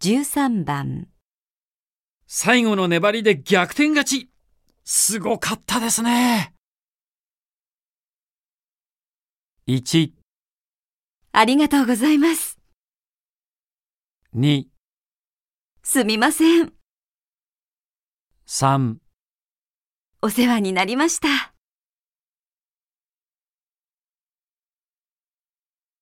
13番、最後の粘りで逆転勝ちすごかったですね !1、ありがとうございます。 2、すみません。 3お世話になりました。